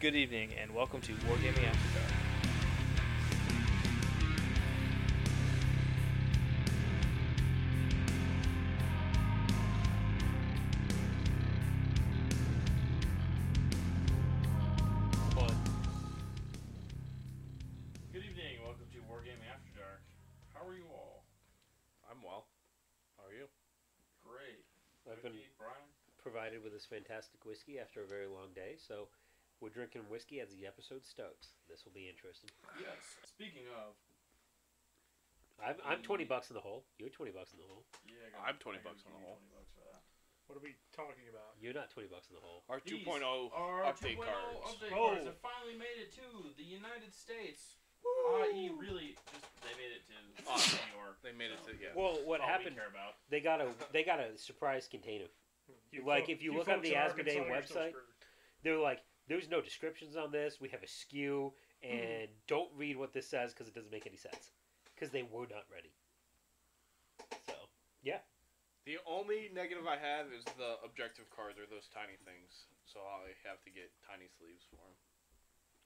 Good evening, and welcome to Wargaming After Dark. Good evening, and welcome to Wargaming After Dark. How are you all? I'm well. How are you? Great. I've been Ricky, Brian. provided with this fantastic whiskey after a very long day, so we're drinking whiskey as the episode starts. This will be interesting. Yes. Speaking of, I'm, I'm 20 bucks in the hole. You're 20 bucks in the hole. yeah, I I'm I gotta 20 bucks give on you the whole. 20 bucks for that. What are we talking about? You're not 20 bucks in the hole. Our These 2.0 Our Oh, update 2.0 cards. Update Oh. cards have finally made it to the United States. I.e., really, just they made it to uh, Awesome. New York. They made it so to yeah. Well, what all we happened? care about. They got a they got a surprise container. Like, if you look on folks the in Arkansas, Asmodee you're still website- screwed. They're like, there's no descriptions on this. We have a skew, and don't read what this says because it doesn't make any sense. Because they were not ready. So The only negative I have is the objective cards are those tiny things, so I have to get tiny sleeves for them.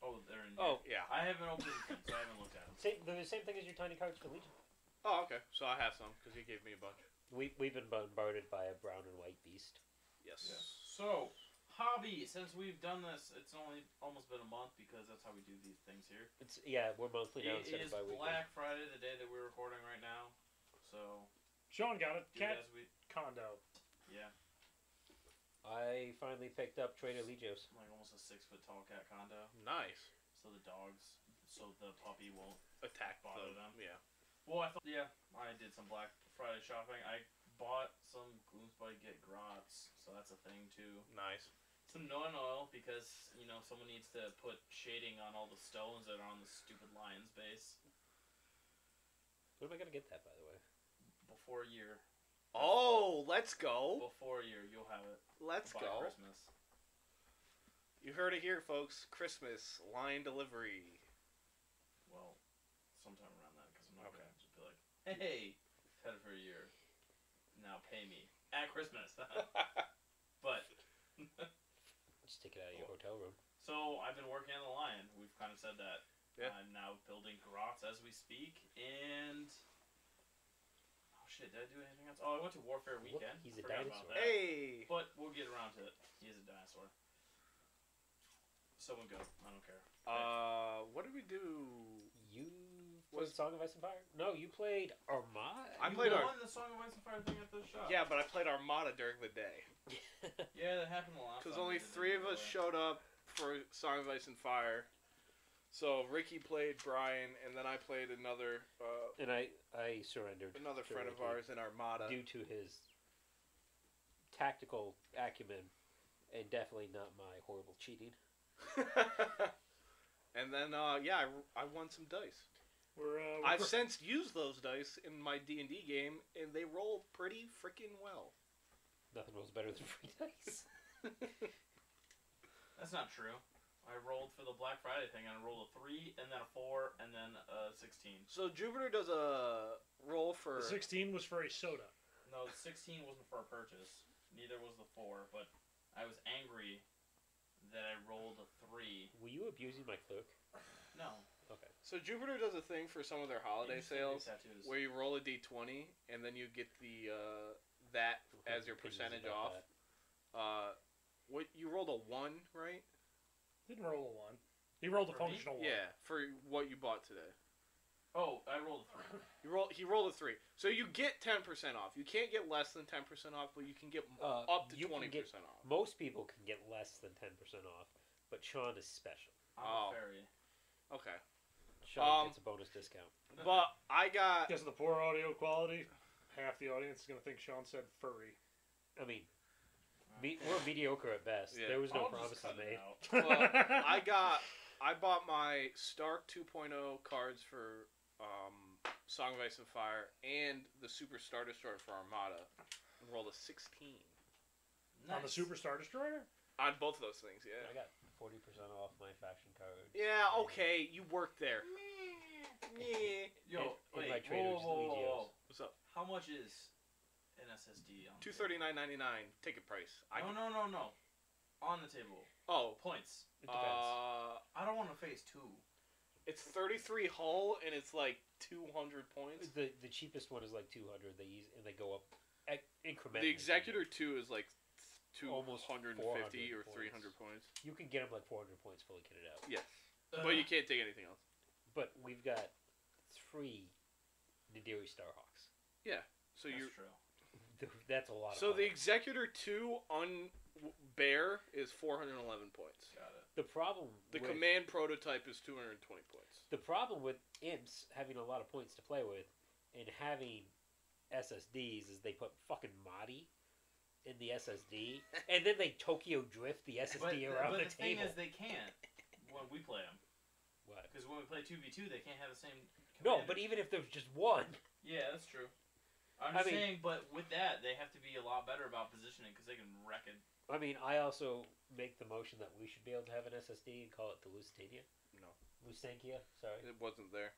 Oh, they're in. Oh. Yeah. I haven't opened them, so I haven't looked at them. same, they're the same thing as your tiny cards for Legion. Oh, okay. So I have some because he gave me a bunch. We we've been bombarded by a brown and white beast. Yes. So, hobby. Since we've done this, it's only almost been a month because that's how we do these things here. It's yeah, we're monthly now It instead is of bi-weekly. Black Friday, the day that we're recording right now. So, Sean got a do it cat as we. condo. Yeah, I finally picked up Trader Legios. like almost a six foot tall cat condo. Nice. So the dogs, so the puppy won't. Attack Bother the, them. Yeah. Well, I thought. Yeah, I did some Black Friday shopping. I bought some Gloomspy Get Grots, so that's a thing too. Nice. Some non oil because you know someone needs to put shading on all the stones that are on the stupid lion's base When am I gonna get that, by the way? before year. Oh, let's go. Before year, you'll have it Let's by go. Christmas. You heard it here, folks. Christmas line delivery. Well, sometime around that because I'm not Okay. gonna just be like, hey, I've had it for a year. Now pay me at Christmas. but Just take it out of Oh. your hotel room. So I've been working on the lion. We've kind of said that. Yeah. I'm now building grots as we speak, and oh shit, did I do anything else? Oh, I went to Warfare Look, Weekend. he's a Forgot dinosaur. About that. hey. But we'll get around to it. He is a dinosaur. Someone go. I don't care. Uh, what did we do? You played Was- Song of Ice and Fire? No, you played Armada. I you played won our- the Song of Ice and Fire thing at the shop. Yeah, but I played Armada during the day. Yeah, that happened a lot. Because only three of us showed up for Song of Ice and Fire. So Ricky played Brian, and then I played another uh, and I I surrendered another to friend of Ricky ours uh, in Armada. due to his tactical acumen and definitely not my horrible cheating. and then uh, yeah, I, I won some dice. We're, uh, I've we're- since used those dice in my D and D game, and they roll pretty freaking well. Nothing rolls better than free dice. That's not true. I rolled for the Black Friday thing, and I rolled a three, and then a four, and then a sixteen. So Jupiter does a roll for the 16 was for a soda. No, the 16 wasn't for a purchase. Neither was the 4, but I was angry that I rolled a 3. Were you abusing my clerk? No. Okay. so Jupiter does a thing for some of their holiday Interesting sales Tattoos. where you roll a D twenty, and then you get the uh, that as your Opinions percentage about off. that. Uh, what you rolled a one, right? Didn't roll a 1. He rolled a For me? functional 1. Yeah, for what you bought today. Oh, I rolled a 3. You roll. He rolled a three, so you get ten percent off. You can't get less than ten percent off, but you can get m- Uh, up to you can twenty get- percent off. Most people can get less than ten percent off, but Sean is special. I'm a Oh. fairy. Okay, Sean Um, gets a bonus discount. but I got Because of the poor audio quality, half the audience is going to think Sean said furry. I mean, me, we're mediocre at best. Yeah. There was no I'll just promises cut it made. out. Well, I got I bought my Stark 2.0 cards for um, Song of Ice and Fire and the Super Star Destroyer for Armada. And rolled a sixteen Nice. On the Super Star Destroyer? on both of those things. Yeah. I got forty percent off my faction card. Yeah. Okay. You worked there. Yeah. Yo, In- in wait, my whoa, Trader's whoa, whoa, whoa, Legio's. whoa. What's up? How much is an SSD on the Two thirty nine ninety nine. Ticket price. I table? No, no, no, no. On the table. Oh, Points. It depends. uh, I don't want to face two. it's 33 hull and it's like 200 points. the the cheapest one is like two hundred. They use and they go up ec- incrementally. The Executor 2 is like two Almost almost 150 or 400 300 points. You can get them like four hundred points fully kitted out. Yes. But you can't take anything else. But we've got three Nadiri Starhawks. So you're true. That's a lot. So of power. the Executor 2 on w- bear is 411 points. Got it. the problem The with, command prototype is 220 points. the problem with imps having a lot of points to play with and having SSDs is they put fucking Mahdi in the SSD and then they Tokyo drift the SSD But, the, around but the, the thing is, table. they can't when we play them what? because when we play two v two, they can't have the same. commander. No, but even if there's just one, yeah, that's true. I'm I just saying, mean- but with that, they have to be a lot better about positioning because they can wreck it. I mean, I also make the motion that we should be able to have an SSD and call it the Lusitania. No. Lusankia, sorry. It wasn't there.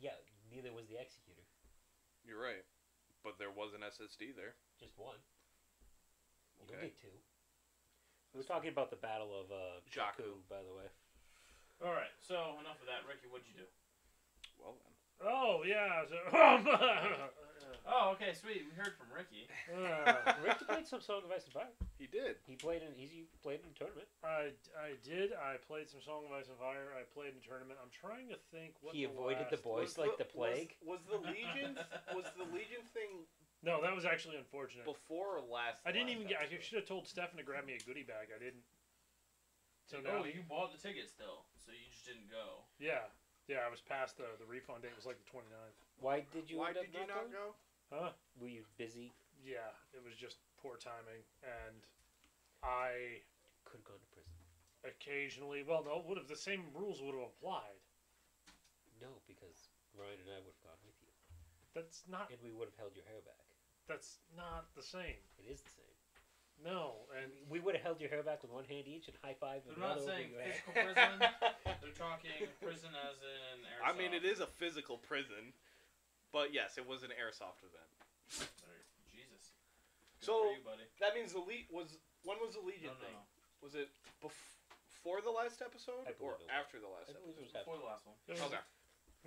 Yeah, neither was the Executor. You're right. But there was an SSD there. Just one. You don't Okay. get two. We were talking about the Battle of uh, Jakku. by the way. Uh, All right, so enough of that, Ricky. What'd you do? Well then. Oh yeah. So, uh, Oh, okay, sweet. We heard from Ricky. Rick played some Song of Ice and Fire. He did. He played in he played in a tournament. I, I did. I played some Song of Ice and Fire. I played in a tournament. I'm trying to think what he the avoided the last- boys like the, plague. Was, the Legion was the Legion thing No, that was actually unfortunate. before or last? I didn't last even get. I episode? should have told Stefan to grab me a goodie bag. I didn't. So now, Oh, you bought the tickets though, so you just didn't go. yeah, yeah, I was past the the refund date. It was like the 29th. Why did you Why end up did you not going? go? Huh? Were you busy? Yeah, it was just poor timing, and I Could have gone to prison. occasionally. Well, no, would have the same rules would have applied. No, because Ryan and I would have gone with you, That's not. and we would have held your hair back. That's not the same. It is the same. No, and And we would have held your hair back with one hand each and high five with They're not the other over saying your head. physical prison. They're talking prison as in I airsoft. mean, it is a physical prison, but yes, it was an airsoft event. Jesus. Good So- for you, buddy. That means the Le- was when was the Legion No, no, thing? no. Was it bef- before the last episode I or believe it was. after the last I believe it episode? Before was happening. the last one. there was- Okay.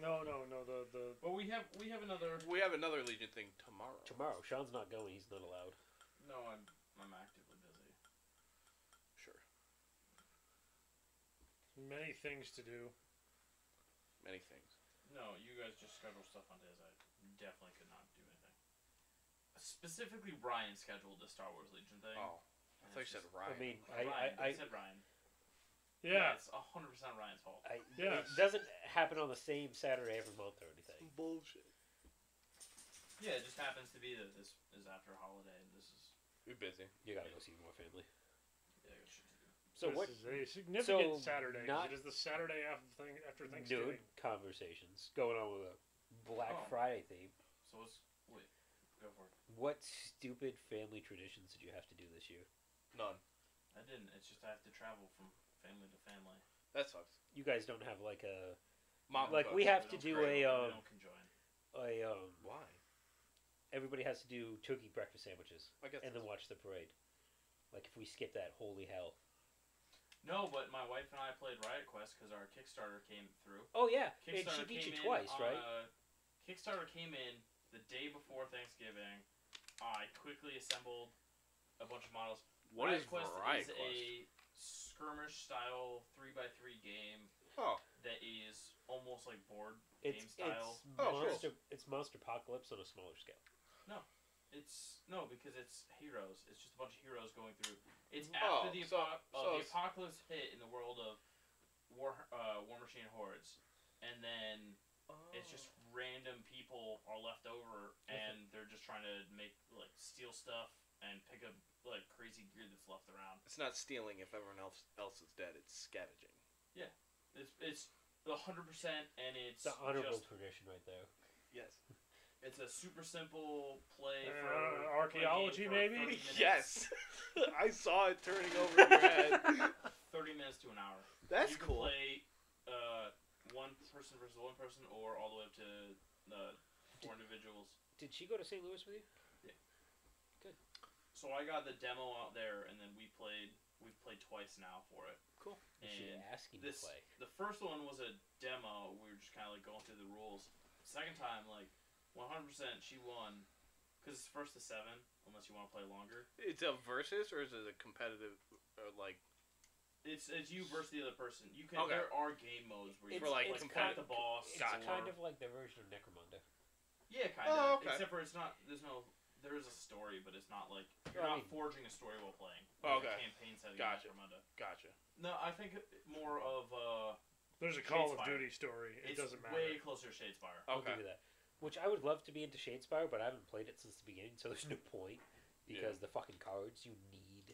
no, no, no. The the But we have we have another. We have another Legion thing tomorrow. Tomorrow, Sean's not going. He's not allowed. No, I'm I'm actively busy. Sure. many things to do. Many things. No, you guys just schedule stuff on days I definitely could not do anything. Specifically, Ryan scheduled the Star Wars Legion thing. Oh, I thought you said Ryan. I mean, I, Ryan. I, I, said Ryan. Yeah, it's hundred percent Ryan's fault. I, Yeah. it doesn't happen on the same Saturday every month or anything. bullshit. Yeah, it just happens to be that this is after a holiday and this is. You're busy. You gotta go see more family. Yeah, it should do. So this what? is a significant so Saturday. 'cause not- it is the Saturday after thing after Nude Thanksgiving. conversations going on with a Black Oh. Friday theme. So let's wait. Go for it. What stupid family traditions did you have to do this year? None. I didn't. It's just I have to travel from family to family. That sucks. You guys don't have like a Mom. Like, cooks. we have to don't do create- a, um, We don't conjoin. a um. Why? Everybody has to do turkey breakfast sandwiches I guess. and then that's- watch the parade. Like if we skip that, holy hell! No, but my wife and I played Riot Quest because our Kickstarter came through. Oh yeah, and Kickstarter she beat you came in twice, on, right? uh, Kickstarter came in the day before Thanksgiving. I quickly assembled a bunch of models. What Riot is Quest Riot is Quest? a skirmish style three by three game Oh, that is almost like board It's game style. it's Oh, cool. monster. It's monster apocalypse on a smaller scale. It's, no because it's heroes. It's just a bunch of heroes going through. It's Oh, after the so- apo- uh, so the it's- apocalypse hit in the world of war uh, war machine hordes, and then it's just Oh. random people are left over and they're just trying to make like steal stuff and pick up like crazy gear that's left around. It's not stealing if everyone else else is dead. It's scavenging. It's it's the hundred percent and it's It's an honorable just tradition right there. Yes. it's a super simple play for Uh, play archaeology, game for maybe? 30 minutes- Yes. I saw it turning over in your head. Thirty minutes to an hour. That's you can cool. Play uh, one person versus one person, or all the way up to uh, four individuals. Did she go to St. Louis with you? So I got the demo out there, and then we played. we've played twice now for it. Cool. You should And ask him this to play. the first one was a demo. We were just kind of like going through the rules. Second time, like 100% she won because it's first to seven, unless you want to play longer. It's a versus or is it a competitive or like It's it's you versus the other person. You can Okay. there are game modes where you For, like, like it's pat kind the boss. It's Gotcha. kind of like the version of Necromunda. yeah, kind of. Oh, okay. Except for it's not. There's no. There is a story, but it's not like you're Well, I not mean- forging a story while playing. Oh, Like a okay. Campaign setting. in Gotcha. Necromunda. gotcha? No, I think more of uh, There's a Call of Shadespire. Duty story. It it's doesn't matter. way closer to Shadespire. I'll Okay. give you that. Which I would love to be into Shadespire, but I haven't played it since the beginning, so there's no point Yeah. because the fucking cards you need.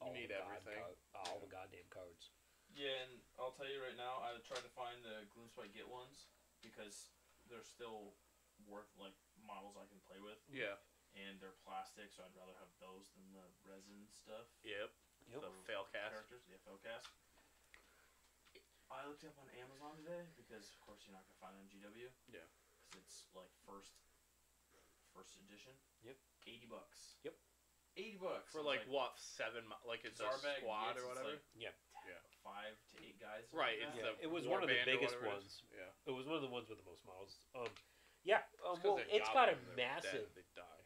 All need the god everything. co- all the goddamn cards. Yeah, and I'll tell you right now, I tried to find the Gloomspite Git ones because they're still worth like models I can play with, Yeah. and they're plastic, so I'd rather have those than the resin stuff. Yep. Yep. The Fail cast. characters, the FL cast. I looked it up on Amazon today because, of course, you're not gonna find it on GW. Yeah. Because it's like first, first edition. Yep. Eighty bucks. Yep. Eighty bucks For I was like what seven? mi- Like it's a Zarbag squad Gits, or it's whatever. like Yeah. Five to eight guys. something right. like It's that. Yeah, it the was one of the warband or biggest whatever it is. ones. Yeah. It was one of the ones with the most models. Um, yeah. Um, It's 'cause well, they're it's got a goblins, they're dead, massive They die.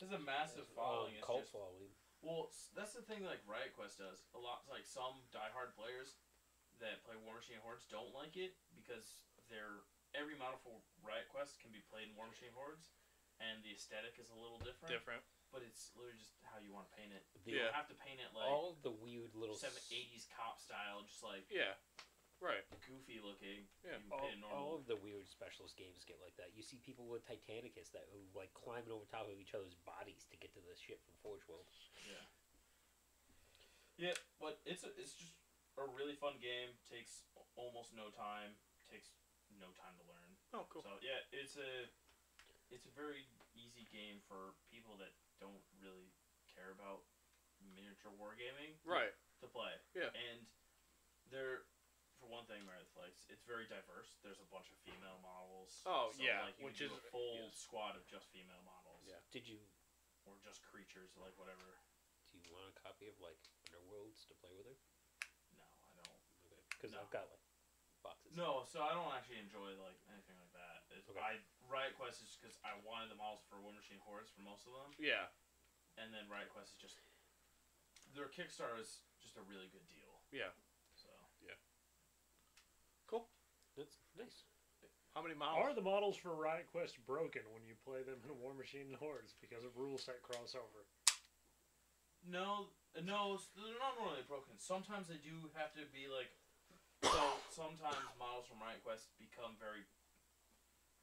It's a massive um, following. It's cult just, following. well, s- that's the thing. Like Riot Quest does a lot. Like some diehard players that play War Machine Hordes don't like it because they're every model for Riot Quest can be played in War Machine Hordes, and the aesthetic is a little different. Different. But it's literally just how you want to paint it. The, You Yeah. don't have to paint it like All the weird little seven s- eighties cop style, just like Yeah. Right. goofy looking. Yeah. You can all, paint it all normal. of the weird specialist games get like that. You see people with Titanicus that who like climbing over top of each other's bodies to get to the ship from Forge World. Yeah. Yeah, but it's a, it's just a really fun game. Takes a- almost no time. Takes no time to learn. Oh, cool. So yeah, it's a it's a very easy game for people that don't really care about miniature wargaming Right. to play. Yeah. And they're for one thing, Meredith likes it's very diverse. There's a bunch of female models. Oh, yeah, like, you which can do is- a full yes. squad of just female models. Yeah. Did you Or just creatures, like whatever. do you want a copy of like Underworlds to play with her? No, I don't. Because No. I've got like boxes. No, so I don't actually enjoy like anything like that. It's, Okay. I Riot Quest is because I wanted the models for War Machine Hordes for most of them, Yeah. and then Riot Quest is just their Kickstarter is just a really good deal. Yeah. So Cool. that's nice. How many miles? Are the models for Riot Quest broken when you play them in War Machine and Hordes because of rule set crossover? no, no, s- they're not normally broken. Sometimes they do have to be like. So sometimes models from Riot Quest become very.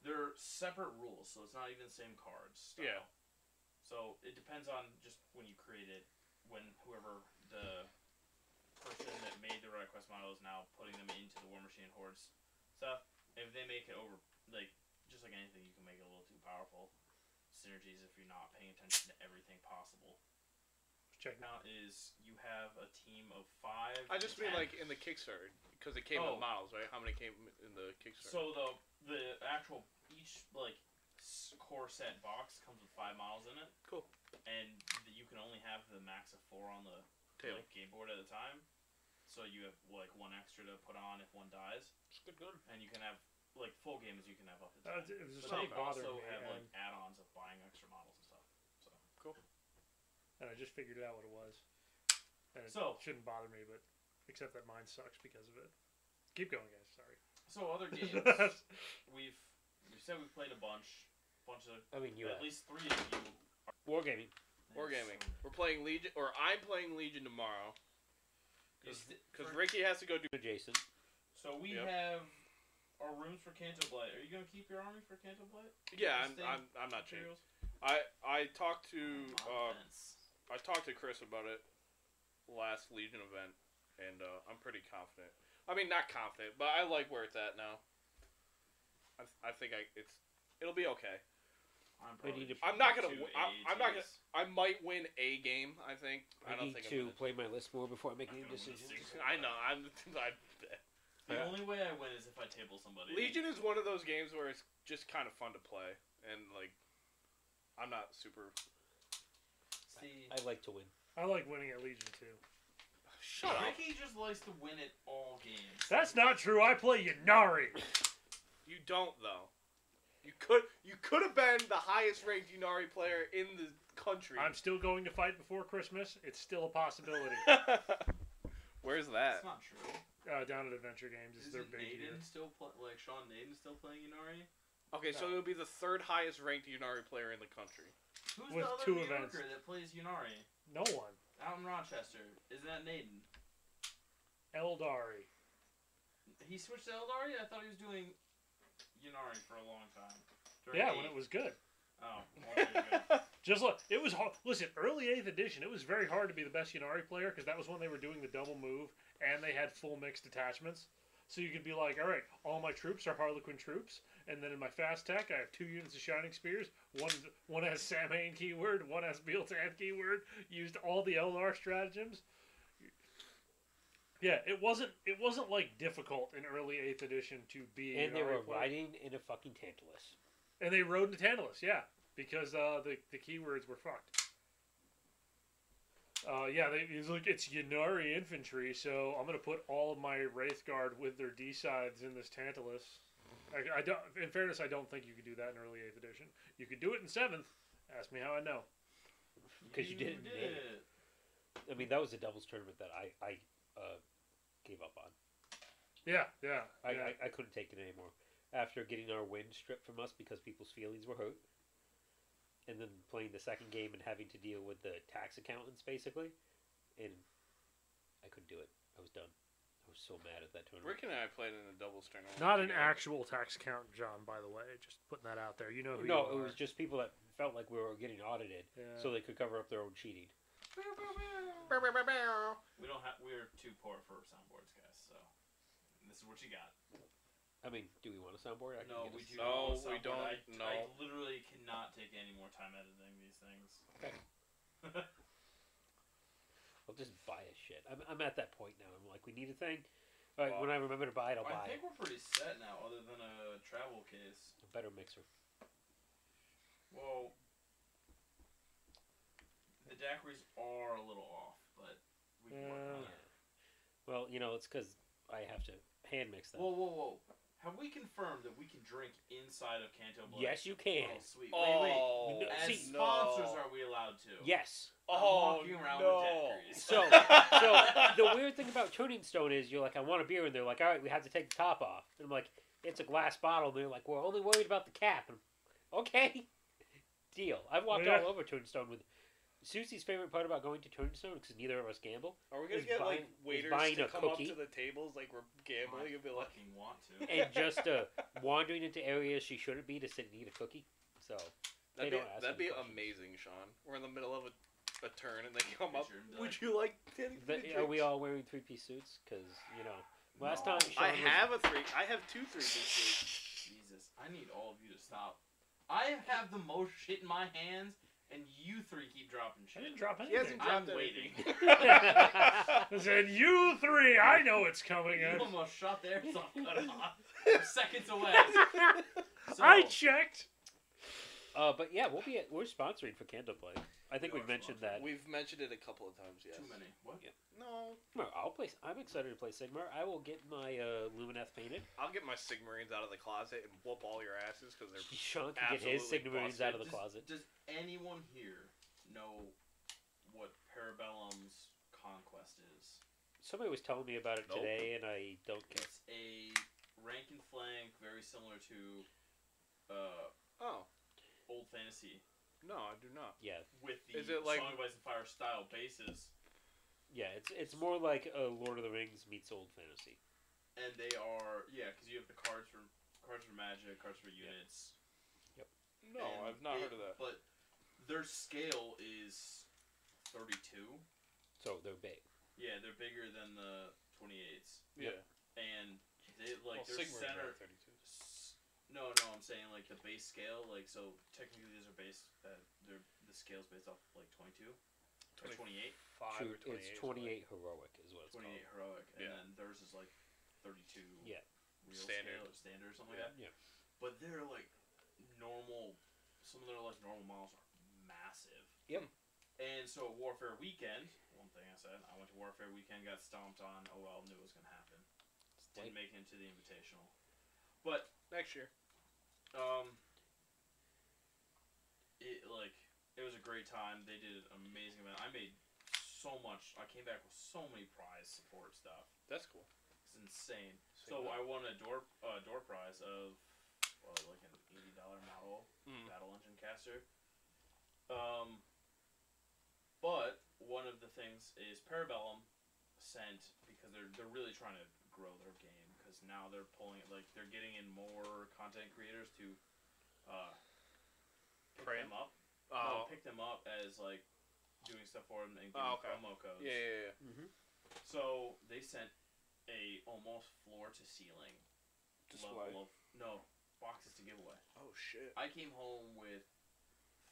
They're separate rules, so it's not even the same cards. Style. Yeah. So it depends on just when you created, when whoever the person that made the Riot Quest model is now putting them into the War Machine Hordes stuff. If they make it over, like just like anything, you can make it a little too powerful. Synergies if you're not paying attention to everything possible. Check now. Now is you have a team of five. I just to mean ten. like in the Kickstarter because it came Oh. in miles, right? How many came in the Kickstarter? So the the actual each like s- core set box comes with five miles in it, cool. and th- you can only have the max of four on the Taylor. like, game board at a time. So you have like one extra to put on if one dies, It's a good gun. and you can have like full games you can have up to Uh, ten. it was just But they something bothered also me, have and, like add-ons of buying extra models and stuff. So and I just figured out what it was. And it So- shouldn't bother me, but except that mine sucks because of it. Keep going, guys. Sorry. so other games That's we've we said we've played a bunch, bunch of I mean, you at have least three of you. wargaming. Wargaming. We're playing Legion, or I'm playing Legion tomorrow Is th- because for- Ricky has to go do. Jason, So we Yep. have our rooms for Canto Blight. Are you gonna keep your army for Canto Blight? Yeah, I'm, Interesting. I'm, I'm not changing. Materials. I I talked to uh, Offense. I talked to Chris about it last Legion event, and uh, I'm pretty confident. I mean, not confident, but I like where it's at now. I, I think I it's it'll be okay. I'm, I need to- probably I'm not gonna two w- I'm- I'm not gonna- AATs. I might win a game. I think. I, I, don't need think to I'm play my list more before I make I'm any gonna win this decisions. thing. gonna- I know. I'm. I, The Yeah. only way I win is if I table somebody. Legion is one of those games where it's just kind of fun to play, and like, I'm not super. See, I like to win. I like winning at Legion too. Shut up. Ricky just likes to win at all games. That's not true. I play Yanari. You don't though. You could you could have been the highest ranked Unari player in the country. I'm still going to fight before Christmas. It's still a possibility. Where's That's that? not true. uh, down at Adventure Games is Is their not big year. Naden still pla like Sean Naden still playing Inari? Okay, so No. it'll be the third highest ranked Unari player in the country. Who's With the other two New events. Yorker that plays Unari No one. out in Rochester? Isn't that Naden? Eldari. He switched to Eldari. I thought he was doing Unari for a long time. During Yeah, eight. when it was good. Oh, well, there you go. Just look, it was hard. Listen, early eighth edition, it was very hard to be the best Yanari player because that was when they were doing the double move and they had full mixed detachments. So you could be like, all right, all my troops are Harlequin troops, and then in my fast tech, I have two units of Shining Spears. One one has Samhain keyword, one has Beeltan keyword. Used all the LR stratagems. Yeah, it wasn't it wasn't like difficult in early eighth edition to be. a And they Yanari were player. riding in a fucking Tantalus. And they rode to Tantalus, yeah, because uh, the the keywords were fucked. Uh, yeah, they, he's like it's Yanari infantry, so I'm gonna put all of my wraith guard with their D sides in this Tantalus. I, I don't. In fairness, I don't think you could do that in early eighth edition. You could do it in seventh. Ask me how I know. 'Cause you didn't did name it. I mean, that was a doubles tournament that I I uh, gave up on. Yeah, yeah, I, yeah. I, I couldn't take it anymore. After getting our win stripped from us because people's feelings were hurt, and then playing the second game and having to deal with the tax accountants basically, and I couldn't do it. I was done. I was so mad at that tournament. Rick and I played in a doubles tournament. Not an together. actual tax count, John. By the way, just putting that out there. You know who No, you it are. was just people that felt like we were getting audited, Yeah. so they could cover up their own cheating. Bow, bow, bow, bow. We don't have. We're too poor for soundboards, guys. So this is what you got. I mean, do we want a soundboard? I can No, get a we do. sound- No, not we want soundboard. don't. I, No. I literally cannot take any more time editing these things. I'll just buy a shit. I'm, I'm at that point now. I'm like, we need a thing. All right, when I remember to buy it, I'll I buy it. think we're pretty set now, other than a travel case. A better mixer. Well, the daiquiris are a little off, but we can work on Yeah. it. Well, you know, it's because I have to hand mix them. Whoa, whoa, whoa! Have we confirmed that we can drink inside of Canto Blood? yes, you can. Oh, sweet. Wait, wait. Oh, No, As see- sponsors, are we allowed to? Yes. oh, walking around no. with daiquiris. So, so the weird thing about Turning Stone is you're like, I want a beer, and they're like, all right, we have to take the top off. And I'm like, it's a glass bottle. And they're like, we're only worried about the cap. And I'm, okay, deal. I've walked Yeah. all over Turning Stone with. Susie's favorite part about going to Turning Stone, because neither of us gamble, Are we gonna is get buying- is like waiters buying to a come cookie. up to the tables like we're gambling and be like, fucking want to. and just uh, wandering into areas she shouldn't be to sit and eat a cookie. So They that'd be, don't ask that'd any be questions. amazing, Sean. We're in the middle of a, a turn and they come up. Picture and be Would like, you like? any the, free are we drinks?" all wearing three piece suits? Because you know, last No. time Sean I was- have a three. I have two three pieces. Jesus, I need all of you to stop. I have the most shit in my hands, and you three keep dropping I shit. didn't drop He anything. hasn't I'm dropped anything. I said you three. I know it's coming. You I'm almost shot there, so I cut it off. We're seconds away. So, I checked. Uh, but yeah, we'll be at, we're sponsoring for Candle Play. I think We we are have mentioned sponsored. that. We've mentioned it a couple of times. Yes. too many. What? Yeah. No, Sigmar, I'll play. I'm excited to play Sigmar. I will get my uh, Lumineth painted. I'll get my Sigmarines out of the closet and whoop all your asses because they're. Sean can get his Absolutely Sigmarines out of the Does- closet. Does anyone here know what Parabellum's conquest is? Somebody was telling me about it Nope. today, and I don't care. It's a rank and flank, very similar to uh, Oh old fantasy, no, I do not. Yeah, with the Is it like- Song of Ice and Fire style basis. yeah. It's it's more like uh, Lord of the Rings meets old fantasy. and they are yeah, because you have the cards for cards for magic, cards for Yep. units. No, and I've not it- heard of that. But their scale is thirty-two. So they're big. Yeah, they're bigger than the twenty-eights, Yeah. and they like their well, Sigmarines center. are thirty-two. s- No, no, I'm saying like the base scale, like so technically these are based. Uh, they're the scale's based off like 22, or 28, Five or Shoot, it's twenty-eight. is what 28 I- heroic is what it's 28 called. heroic, and Yeah. then theirs is like thirty-two. Yeah. real Standard. scale or standard or something Yeah. like that. Yeah, But they're like normal. Some of their like normal models are massive. Yep. And so at Warfare Weekend, one thing I said. I went to Warfare Weekend, got stomped on. Oh well, knew it was gonna happen. Didn't make it into the Invitational. But Next year. um, it like it was a great time. They did an amazing event. I made so much. I came back with so many prize support stuff. That's cool. It's insane. Say so I what? won a door uh, door prize of well, like an eighty dollar model Mm. battle engine caster. Um, but one of the things is Parabellum sent because they're they're really trying to grow their game because now they're pulling like they're getting in more content creators to uh, pick Pray? them up. No, Oh, pick them up as like doing stuff for them and giving Oh, okay. promo codes. yeah, yeah, yeah. Mm-hmm. So they sent a almost floor to ceiling Display. level of no boxes to give away. Oh shit. I came home with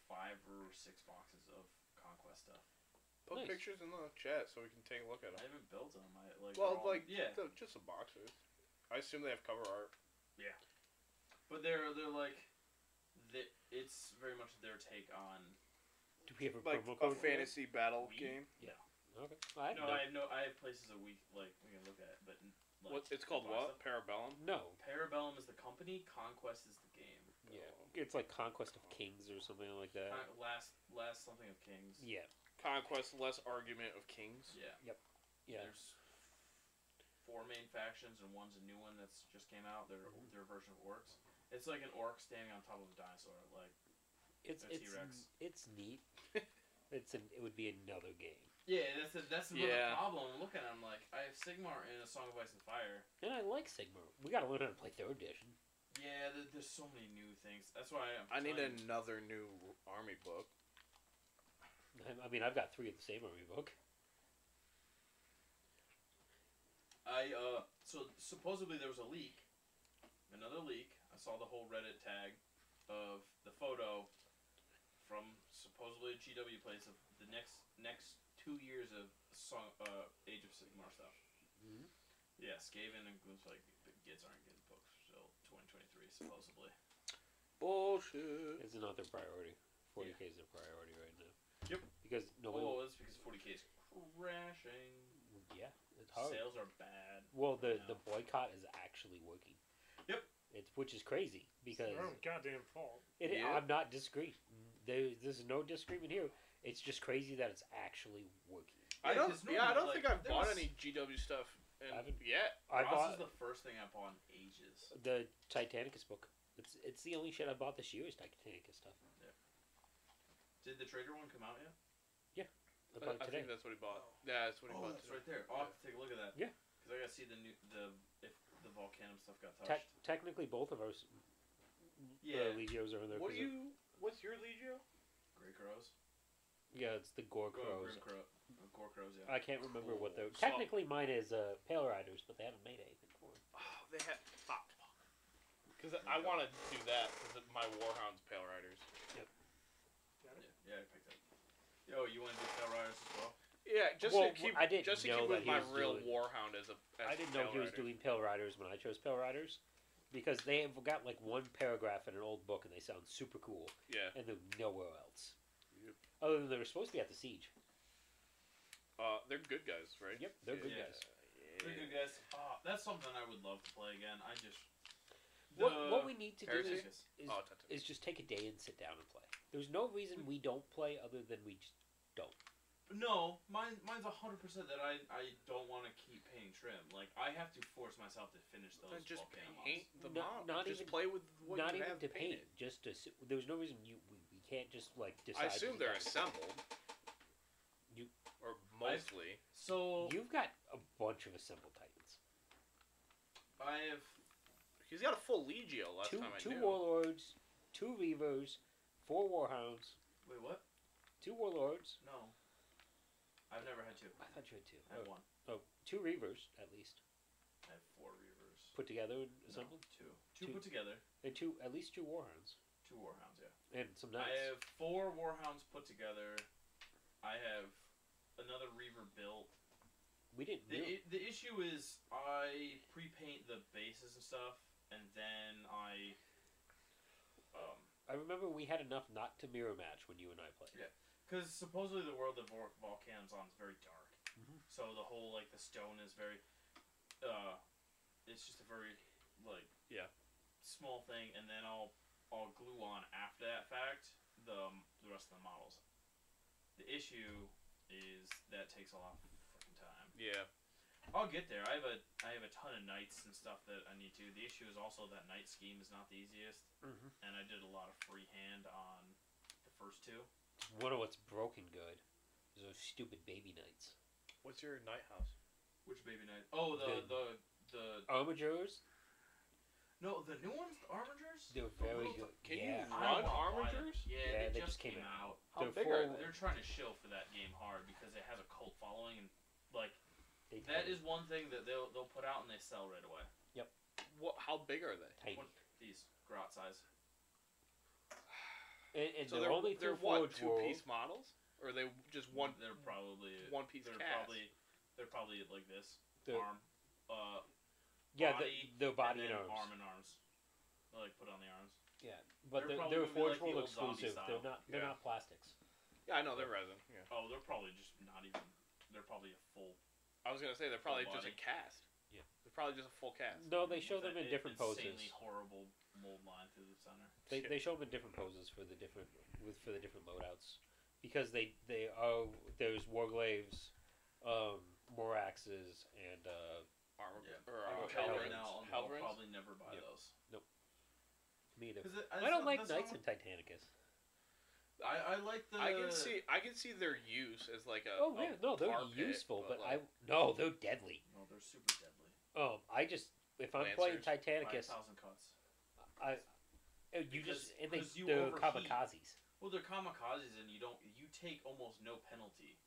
five or six boxes of conquest stuff. Put Nice. pictures in the chat so we can take a look at I them. haven't built them. I like. they're Well, all- like yeah, the- just the boxes. I assume they have cover art. but they're they're like, the it's very much their take on. Do we have a Like promo a code? for that? fantasy battle We- game. Okay. Well, I no, no, I have no. I have places that we like we can look at, but like, What it's called? box What? stuff. Parabellum. no. Parabellum is the company. Conquest is the game. Yeah. It's like Conquest of Kings or something like that. Con- last last something of kings. Yeah. Conquest, less argument of kings. Yeah. Yeah. There's four main factions, and one's a new one that's just came out. Their Mm-hmm. their version of orcs. It's like an orc standing on top of a dinosaur. Like It's Or it's T-Rex. it's neat. it's an, it would be another game, yeah, that's a, that's another Yeah. problem. I'm looking at them like I have Sigmar in a Song of Ice and Fire. and I like Sigma. We got to learn how to play third edition. Yeah, there, there's so many new things. That's why I'm I need telling you, another new army book. I, I mean, I've got three of the same army book. I uh so supposedly there was a leak, another leak. I saw the whole Reddit tag of the photo from supposedly a GW place of the next next two years of song uh, Age of Sigmar stuff. Mhm. Yeah, Skaven and Gloomspike gets aren't getting books till 2023 supposedly. Bullshit. It's another priority. 40k is a priority right now. Yep. Because no one. Oh, that's because 40k is crashing. yeah, it's hard. Sales are bad. Well, the right the now. boycott is actually working. Yep. It's which is crazy because Their own Oh, goddamn fault. it, Yeah. I'm not disagreeing. There, there's no disagreement here. It's just crazy that it's actually working. I Yeah, don't. 'cause Yeah, I normally, don't like, think I've there bought was- any GW stuff. I And haven't- yet, I Ross bought is the first thing I bought in ages. the Titanicus book. It's it's the only shit I bought this year is Titanicus stuff. Did the trigger one come out yet? I I, bought it I today. think that's what he bought. Yeah, that's what he Oh, bought. it's today. right there. I'll have to take a look at that. Yeah. Because I gotta see the new the if the volcano stuff got touched. Tec- technically, both of us, Yeah. uh, Legios are in there. What 'cause do of- you? What's your legio? Grey crows. Yeah, it's the Gore Oh, Crows. Grim crow. uh, Gore crows. Yeah. I can't remember what the Cool. So- technically mine is uh, Pale Riders, but they haven't made anything for it. Oh, they had fuck. Because I want to do that because my warhounds pale riders. yeah, yeah, I picked up. Yo, you want to do Tail Riders as well? Yeah, just Well, to keep. I didn't just to know that keep with he my was real doing- warhound as a. As I didn't know Pale he was Rider. doing Pale Riders when I chose Pale Riders, because they have got like one paragraph in an old book and they sound super cool, Yeah. and they're nowhere else. Yep. Other than they were supposed to be at the siege. Uh, they're good guys, right? Yep, they're good Yeah. guys. Pretty good, guys. Ah, that's something I would love to play again. I just. What, what we need to do Heresy? is, Yes. is Oh, Tatooine. is just take a day and sit down and play. There's no reason we don't play other than we just don't. No, mine, mine's hundred percent that I, I don't want to keep painting trim. Like I have to force myself to finish those. Then just volcano mobs. paint the No- mob. not just even- play with what Not you even have to painted. paint, just to. sit- There's no reason you we, we can't just like decide. I assume to they're sit down and assembled. You- or mostly. So play. You've got a bunch of assembled titans. I have He's got a full legio last two time I two knew. warlords, two reavers, four warhounds, wait what? two warlords. No, I've never had two. I thought you had two. I had one. Oh, oh, two reavers at least I have four reavers. put together and No, assembled, two. two. Two. put together. and two at least two warhounds Two warhounds, yeah. and some knights. I have four warhounds put together. I have another reaver built. we didn't. The, really- i the issue is I pre-paint the bases and stuff, and then I. Um, I remember we had enough not to mirror match when you and I played. Yeah. because supposedly the world that Vor- Volcan's on is very dark. Mhm. So the whole like the stone is very, uh, it's just a very like Yeah. small thing, and then I'll I'll glue on after that fact the um, the rest of the models. The issue is that takes a lot of fucking time. Yeah. I'll get there. I have a I have a ton of knights and stuff that I need to. The issue is also that knight scheme is not the easiest, Mhm. and I did a lot of freehand on the first two. It's One of what's broken good is those stupid baby knights. What's your night house? Which baby knight? Oh, the the the Armagers, no, the new ones, the armigers. they're very good. Can yeah. you- I Run wanna buy them. Armigers? Yeah, Yeah, they, just came, out. How They're big are full- they? They're trying to shill for that game hard because it has a cult following, and like They that tiny. is one thing that they'll they'll put out and they sell right away. What? How big are they? tiny. What- these grot size. And, and So they're, they're only they're through what Forge two World. piece models, or are they just one Mm, They're probably one piece They're cast? probably they're probably like this They're- arm. Uh, yeah, body the, the body and then and, arms. arm and arms. They, like put on the arms. Yeah, but They're probably they're, they're, gonna be Forge like the World old zombie exclusive. style. They're not they're Yeah. not plastics. Yeah, I know they're resin. Yeah. Oh, they're probably just not even. They're probably a full. I was gonna say they're probably just a body. cast. Yeah. They're probably just a full cast. No, they show with them that in different poses. Insanely horrible mold line through the center. They, Shit. they show them in different poses for the different with for the different loadouts because they they are there's warglaves, um, moraxes and uh, Armor Yeah. or I uh, would probably Okay, Halberds. Halberds. now- I'll Halberds? probably never buy Yep. those. me either. 'Cause it- I that's- don't like that's knights not- and Titanicus. I, I like the. I can see I can see their use as like a Oh a yeah, no, they're tar pit, useful, but like, I no, they're deadly. No, they're super deadly. Um, I just if I'm playing Lancers, Five Titanicus, thousand cuts. I uh, you Because- just and they because you they're overheat. kamikazes. Well, they're kamikazes, and you don't you take almost no penalty.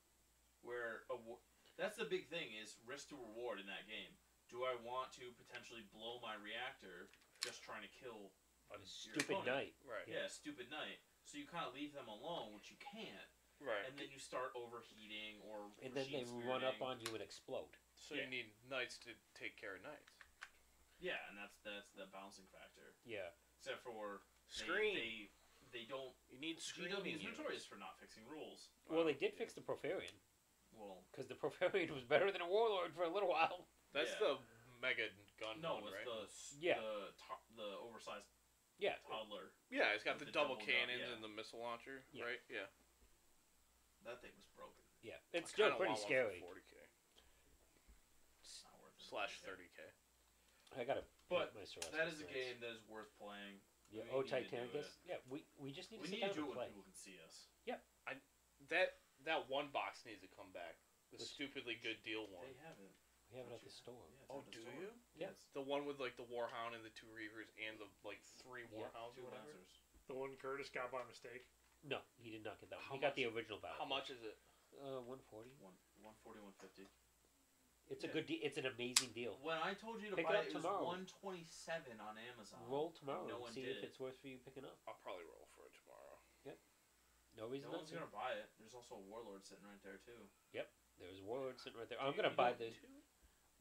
Where a, wa- that's the big thing is risk to reward in that game. Do I want to potentially blow my reactor just trying to kill? a Stupid opponent. knight. right Yeah, stupid knight. So you kind of leave them alone, which you can't, right. and then you start overheating or And then they machine run up spiriting. on you and explode. so yeah. you need knights to take care of knights. yeah, and that's that's the balancing factor. Yeah. Except for they, Screen. they they don't. you need GW screening. is notorious for not fixing rules. Well, they did fix the Profarian Well, because the Profarian was better than a Warlord for a little while. That's Yeah. the mega gun no, it's one, right? the s- Yeah. the, to- the oversized Yeah. toddler. Yeah, it's got With the the, double, double gun, cannons yeah. and the missile launcher, Yeah. right? Yeah. That thing was broken. Yeah. It's I still kinda pretty want one for scary. 40k It's not worth it. slash 30k. I gotta. But my Sorosky That is a friends. game that is worth playing. we Yeah. Oh, need to do Titanicus. it. Yeah. We we just need We to sit need to down do it and when play. people can see us. That that one box needs to come back. The Which- stupidly good deal one. They have it. We have it at Don't you the store. Yeah, it's Oh, at the do store. you? Yes. The one with like the warhound and the two reavers and the like three Yeah. warhounds Two or whatever. bouncers. The one Curtis got by mistake. No, he did not get that. one. How he got much- the original battle. How much is it? Uh, one forty. One, 140, 150. It's Yeah. a good. De- it's an amazing deal. When I told you to Pick it buy up it, it was tomorrow. 127 on Amazon. Roll tomorrow no one and see did if it. it's worth for you picking up. I'll probably roll for it tomorrow. No reason No not one's to. gonna buy it. There's also a warlord sitting right there too. There's a warlord sitting right there. I'm gonna buy the. You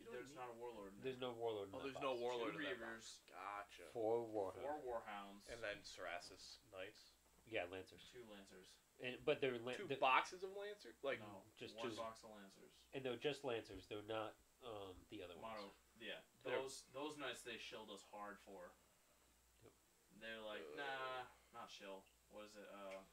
don't There's need- not a warlord. In There's no warlord. In Oh, that there's box. no warlord. Two in that reavers. box. Gotcha. Four warhounds. Four warhounds. And then Serassus knights. Yeah, lancers. two lancers. And but they're, lan- Two they're boxes of lancer. Like no, just one two- box of lancers. and they're just lancers. They're not um the other ones. Mono, yeah. They're- Those those knights they shilled us hard for. Yep. They're like, Uh, nah, not shill. What is it? Uh,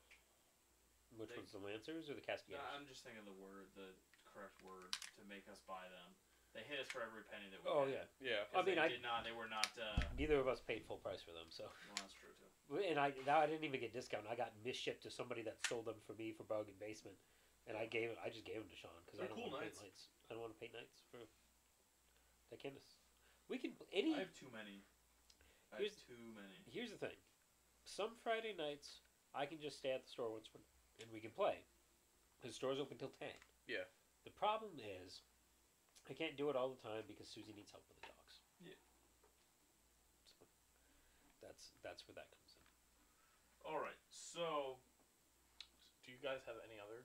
Which They- ones, the lancers or the nah, castigators? I'm just thinking of the word, the correct word to make us buy them. They hit us for every penny that we. oh yeah. had, yeah. 'cause I mean, they I- did not. They were not. Uh, Neither of us paid full price for them, so well, that's true too. and I now I didn't even get discount. I got misshipped to somebody that sold them for me for bargain basement, and I gave I just gave them to Sean because I They're don't cool want to knights. paint knights. I don't want to paint knights for that canvas. We can any. I have too many. I have Here's- too many. Here's the thing: some Friday nights I can just stay at the store once and we can play. The store's open till ten. Yeah. The problem is, I can't do it all the time because Susie needs help with the dogs. Yeah. So that's that's where that comes in. All right, so Do you guys have any other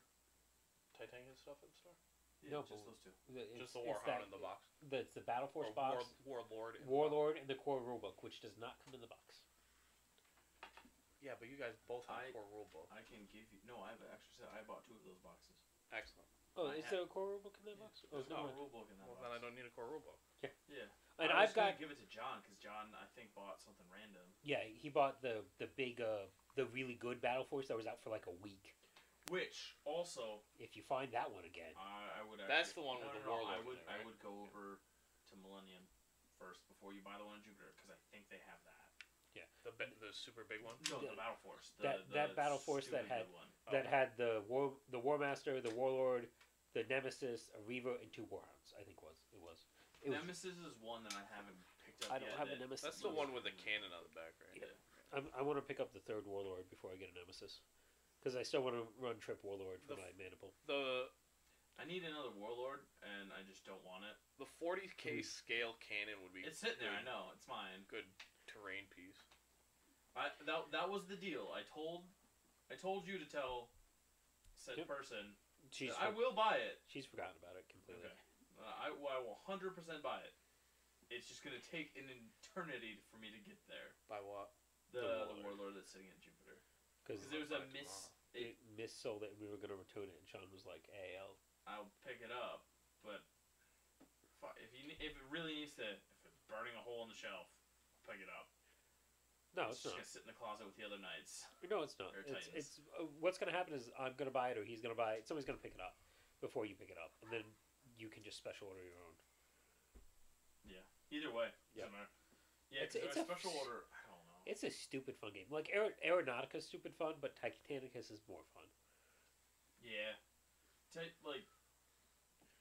Titanic stuff at the store? yeah, No, just but- those two. It's- Just the it's warhound that- in the box. the- It's the Battle Force Or box. War, warlord. in the box. Warlord and the Core Rulebook, which does not come in the box. Yeah, but you guys both have I- core rulebook. I can give you. No, I have actually. said I bought two of those boxes. Excellent. Oh, I is ha- there a core rulebook in that box? Oh, There's never no mind. rulebook in that Well, box. then I don't need a core rulebook. Yeah. And I was I've got gonna give it to John because John, I think, bought something random. yeah. He bought the the big uh the really good Battle Force that was out for like a week. Which also, If you find that one again, I I would. Actually, That's the one no, with no, the no, warlord I in would. it, right? I would go over to Millennium first before you buy the one in Jupiter because I think they have that. The bi- the super big one. No, Yeah. the Battle Force. The, That- the that Battle Force that stupid had- good one. that Oh. had the war the War Master, the Warlord, the Nemesis, a Reaver, and two Warhounds. I think was it was. It was Nemesis is one that I haven't picked up. I don't yet have a that- Nemesis. That's the one with the cannon on the back, right? Yeah. I'm, I want to pick up the third Warlord before I get a Nemesis, because I still want to run Trip Warlord for The my Mandible. The I need another Warlord, and I just don't want it. the 40k scale cannon would be It's sitting there. I good, know it's mine. good terrain piece. I that that was the deal. I told, I told you to tell said Yep. person. She's that I for- will buy it. she's forgotten about it completely. Okay. Uh, I, well, I will hundred percent buy it. It's just gonna take an eternity for me to get there. By what? The, the, The warlord. Warlord. that's sitting at Jupiter. Because Because it there was a Like miss. it It, missold it, and we were going to return it, and Sean was like, "Hey, I'll I'll pick it up, but fu- if you ne- if it really needs to, if it's burning a hole in the shelf, I'll pick it up. no, it's it's just not. gonna sit in the closet with the other knights. No, it's not. Or It's, Titans. it's uh, what's going to happen is I'm going to buy it, or he's going to buy it. Somebody's going to pick it up before you pick it up, and then you can just special order your own. Either way, Yeah. doesn't matter. Yeah, It's a- because it's a a- special order. I don't know. It's a stupid fun game. Like Aer- Aeronautica's stupid fun, but Titanicus is more fun. Yeah, Ti- like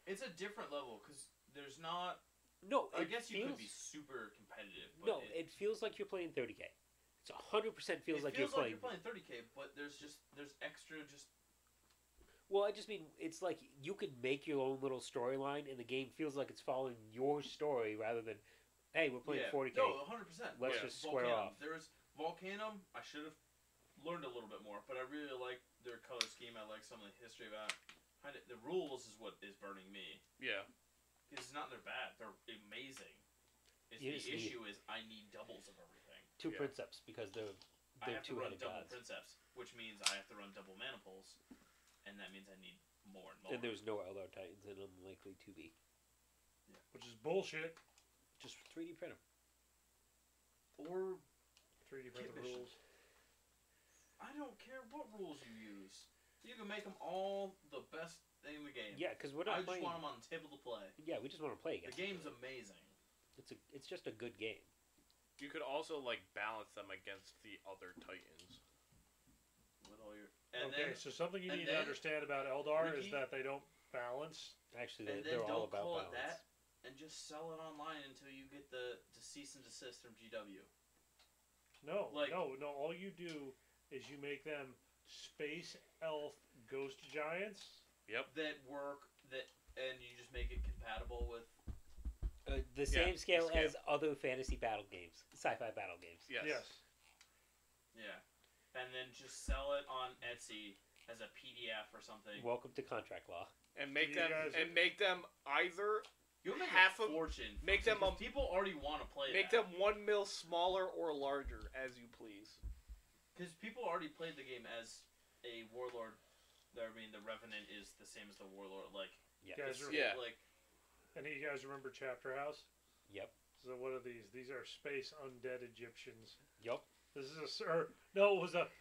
it's a different level because there's not. No, I it guess you feels, could be super competitive. But No, it, it feels like you're playing 30k. It's 100 percent feels it like feels you're playing. like you're playing 30k, but there's just there's extra just Well, I just mean it's like you can make your own little storyline, and the game feels like it's following your story rather than, hey, we're playing yeah, 40k. No, oh, 100. percent Let's yeah, just square Volcanum. off. There's Volcanum. I should have learned a little bit more, but I really like their color scheme. I like some of the history about kind of, the rules is what is burning me. Yeah. 'Cause It's not they're bad. They're amazing. It's You the just need- issue is I need doubles of everything. Two yeah. princeps because they're I they're have to run two-headed double gods, princeps, which means I have to run double maniples, and that means I need more and more. and there's no Eldar Titans, and unlikely to be. which is bullshit. Just 3D print 'em. or 3D Kid print the missions. rules. I don't care what rules you use. You can make them all the best thing in the game. Yeah, because we're I not just playing. want them on the table to play. Yeah, we just want to play The against. each game's other. amazing. It's a it's just a good game. You could also like balance them against the other titans. With all your and okay, then so something you and need to then- understand about Eldar Wiki- is that they don't balance. Actually, and they're, then they're all don't about call balance. it that and just sell it online until you get the, the cease and desist from GW. No, Like- no, no. All you do is you make them space elf ghost giants. That work that and you just make it compatible with Uh, the Yeah, same scale, scale. as other fantasy battle games, sci-fi battle games. Yes. Yes. Yeah. And then just sell it on Etsy as a PDF or something. Welcome to contract law. And make You them guys- and make them either You'll make half a of- fortune. from make it, them 'cause a- people already want to play make that. them one mil smaller or larger as you please. Because people already played the game as a warlord. I mean, the revenant is the same as the warlord. Like, Yeah. You guys it's- are- Yeah. Like, Any of you guys remember Chapter House? Yep. So what are these? These are space undead Egyptians. Yep. This is a sir. No, it was a.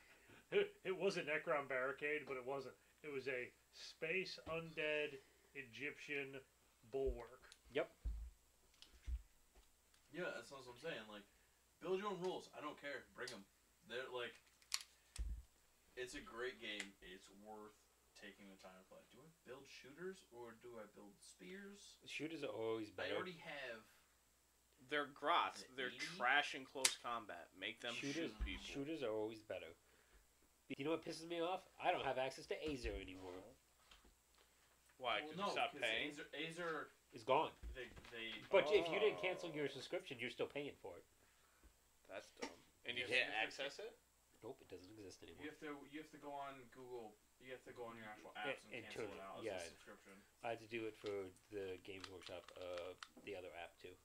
It was a Necron barricade, but it wasn't. It was a space undead Egyptian bulwark. yeah, that's what I'm saying. Like, build your own rules. I don't care. Bring them. They're like, it's a great game. It's worth taking the time to play. Do I build shooters or do I build spears? Shooters are always I better. already have. They're grots. Is it They're 80? trash in close combat. Make them Shooters- shoot people. Shooters are always better. You know what pisses me off? I don't have access to Azer anymore. well, Why? Because no, you stop 'cause paying. Azer, Azer It's gone. they, they But if you didn't cancel your Oh. subscription, you're still paying for it. That's dumb. And you Yeah. can't access it. Nope, it doesn't exist You anymore. have to you have to go on Google. You have to go on your actual Yeah, apps and, and cancel turn it it- out as yeah. a subscription. I had to do it for the Games Workshop, uh, the other app too.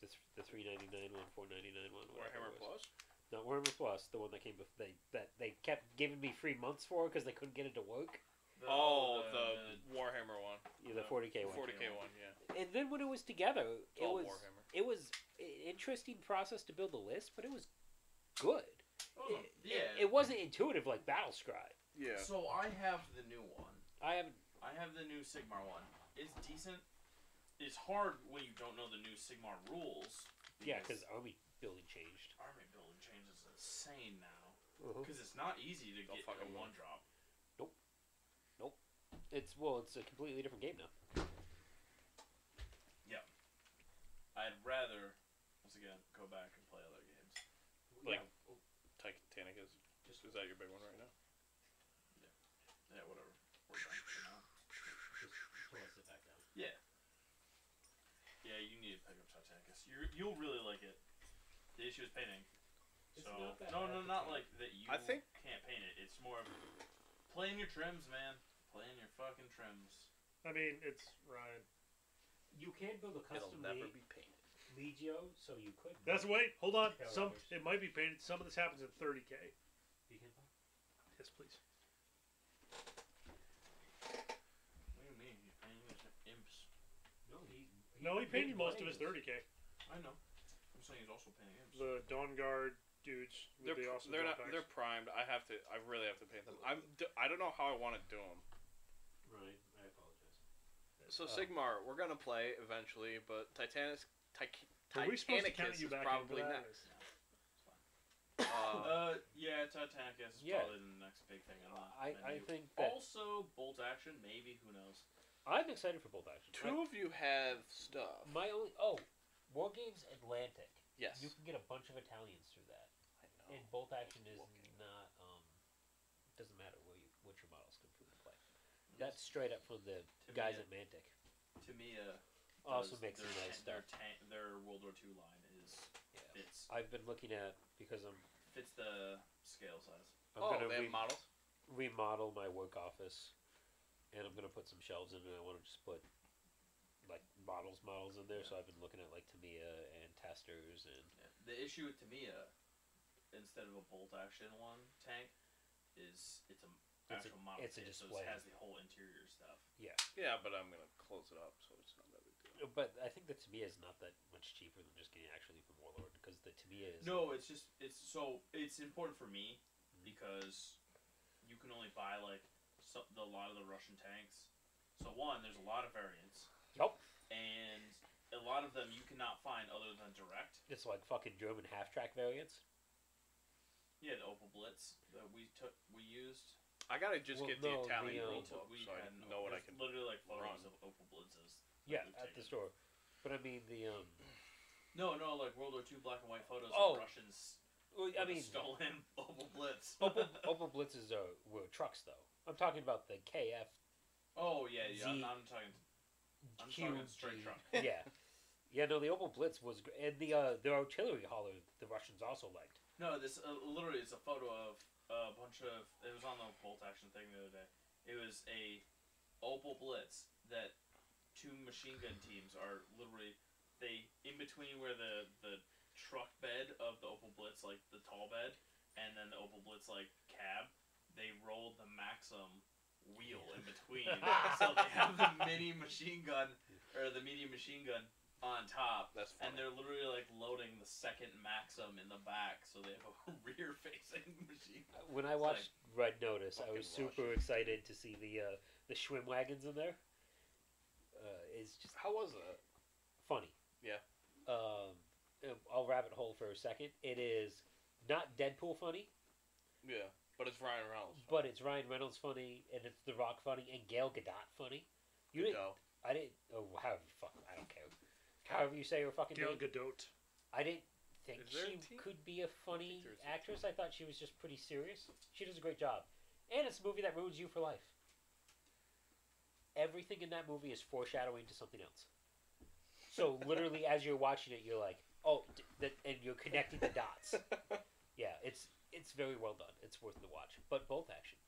The, th- the three ninety nine one, four ninety nine one, whatever Warhammer it was. Plus. Not Warhammer Plus, the one that came before they that they kept giving me free months for because they couldn't get it to work. The, oh, the, Warhammer one, Yeah, the Uh, 40k one. 40k one, yeah. And then when it was together, it It's all was Warhammer. it was an interesting process to build a list, but it was good. Oh, It- it- yeah. It, wasn't intuitive like Battlescribe. Yeah. So I have the new one. I haven't. I have the new Sigmar one. It's decent. It's hard when you don't know the new Sigmar rules. Yeah, because army building changed. army building changes is insane now. Uh-huh. Because it's not easy to Don't get fucking in one drop. It's well, it's a completely different game now. I'd rather, once again, go back and play other games. Like yeah. Titanic is. Just is that your big one right now? Yeah, whatever. We're done for now. Yeah. Yeah, you need to pick up Titanicus. You're, you'll really like it. The issue is painting. It's So not that no, hard no, to not paint. like that. You I think- can't paint it. It's more of playing your trims, man. Playing your fucking trims. I mean, it's Ryan. You can build a custom league, be painted. Legio, so you could. That's wait. Hold on. Yeah, Some right. it might be painted. Some of this happens at 30k. You can buy- Yes, please. What do you mean? You're painting your tri- imps. No, he. he No, he painted did most play of his this. 30k. I know. I'm saying he's also painting imps. The Dawn Guard dudes. They're With the pr- awesome they're drum not packs. they're primed. I have to. I really have to paint them. I'm. D- I don't know how I want to do them. Right, I apologize. So Uh, Sigmar, we're gonna play eventually, but Titanic. Tic- Are we supposed to count Titanicus you is back probably into that? next. Uh, Uh, yeah, Titanicus is Yeah. probably the next big thing on the I, I menu. think that Also, bolt action, maybe. Who knows? I'm excited for both action. two of you have stuff. My only oh, War Games Atlantic. Yes. You can get a bunch of Italians through that, I know. and bolt action is War Games. not um doesn't matter where you what your models come from to play. That's straight up from the To me, guys uh, at Mantic. Tamia Also does- makes some their nice ta- their stuff. ta- Their World War II line is Yeah. fits I've been looking at because I'm fits the scale size. I'm Oh, gonna they have re- models. remodel my work office, and I'm gonna put some shelves in, and I want to just put like models, models in there. So I've been looking at like Tamiya and testers, and The issue with Tamia, instead of a bolt action one tank, is it's a It's a- actual model. it's a kit, so display. it has the whole interior stuff. Yeah, but I'm gonna close it up, so it's not that big deal. but I think the Tamiya is not that much cheaper than just getting actually from Warlord because the Tamiya is No, it's just it's so it's important for me Mm-hmm. because you can only buy like so, the, a lot of the Russian tanks. So one, there's a lot of variants. Yup. And a lot of them you cannot find other than direct. it's like fucking German half track variants. Yeah, the Opal Blitz that we took, we used. I gotta just Well, get no, the the, Italian um, we rule book took, we so I had an know what I there's can. Literally like photos run. of Opal Blitzes. that Yeah, we've at the taken. store. But I mean the um, No, no, like World War II black and white photos Oh, of Russians. well, with a I mean stolen Opal Blitz. Opal, Opal Blitzes are were trucks though. I'm talking about the KF. oh yeah, yeah. Z- I'm, I'm talking. I'm talking straight truck. yeah, yeah. No, the Opal Blitz was, gr- and the uh, the artillery hauler the Russians also liked. No, this uh, literally is a photo of a bunch of. It was on the bolt action thing the other day. It was a opal blitz that two machine gun teams are literally they in between where the the truck bed of the opal blitz like the tall bed and then the opal blitz like cab they rolled the maxim wheel in between so they have the mini machine gun or the medium machine gun on top That's and funny. they're literally like loading the second Maxim in the back, so they have a rear facing machine. When I It's watched Red Notice, I was fucking super excited to see the uh, the Schwim wagons in there. Uh, it's just How was that? funny. Yeah. Um, I'll rabbit hole for a second. It is not Deadpool funny, Yeah, but it's Ryan Reynolds. but it's Ryan Reynolds funny, and it's The Rock funny, and Gail Gadot funny. You didn't. Go. I didn't. Oh, however you fuck. I don't care. However you say her fucking Gal name. Gadot. I didn't think Is there a she team? could be a funny there's a actress. I thought she was just pretty serious. She does a great job. And it's a movie that ruins you for life. Everything in that movie is foreshadowing to something else. So literally, as you're watching it, you're like, "Oh," d- th- and you're connecting the dots. Yeah, it's it's very well done. It's worth the watch. But both action.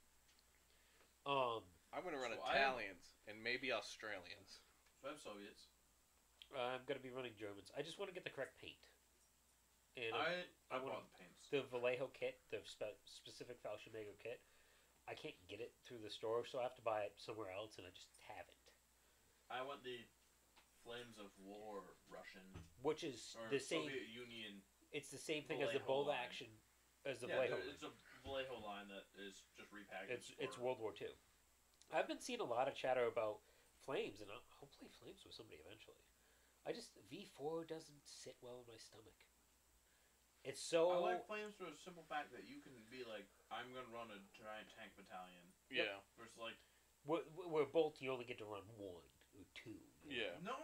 Um, I'm gonna run So I- Italians and maybe Australians. So I have Soviets. I'm gonna be running Germans. I just want to get the correct paint. And I'm I I wanna- want paints. the Vallejo kit, the spe- specific Falchemago kit. I can't get it through the store, so I have to buy it somewhere else, and I just haven't. I want the Flames of War Russian Which is or the same. Soviet Union. It's the same thing as the Vallejo bowl line. action, as the yeah, Vallejo there- line. it's a Vallejo line that is just repackaged. It's it's for- World War Two. I've been seeing a lot of chatter about flames, and I'll, I'll play flames with somebody eventually. I just V four doesn't sit well in my stomach. It's so I like Flames for the simple fact that you can be like, I'm gonna run a giant tank battalion Yeah. versus like, we're, we're both. You only get to run one or two. you know? Yeah. no.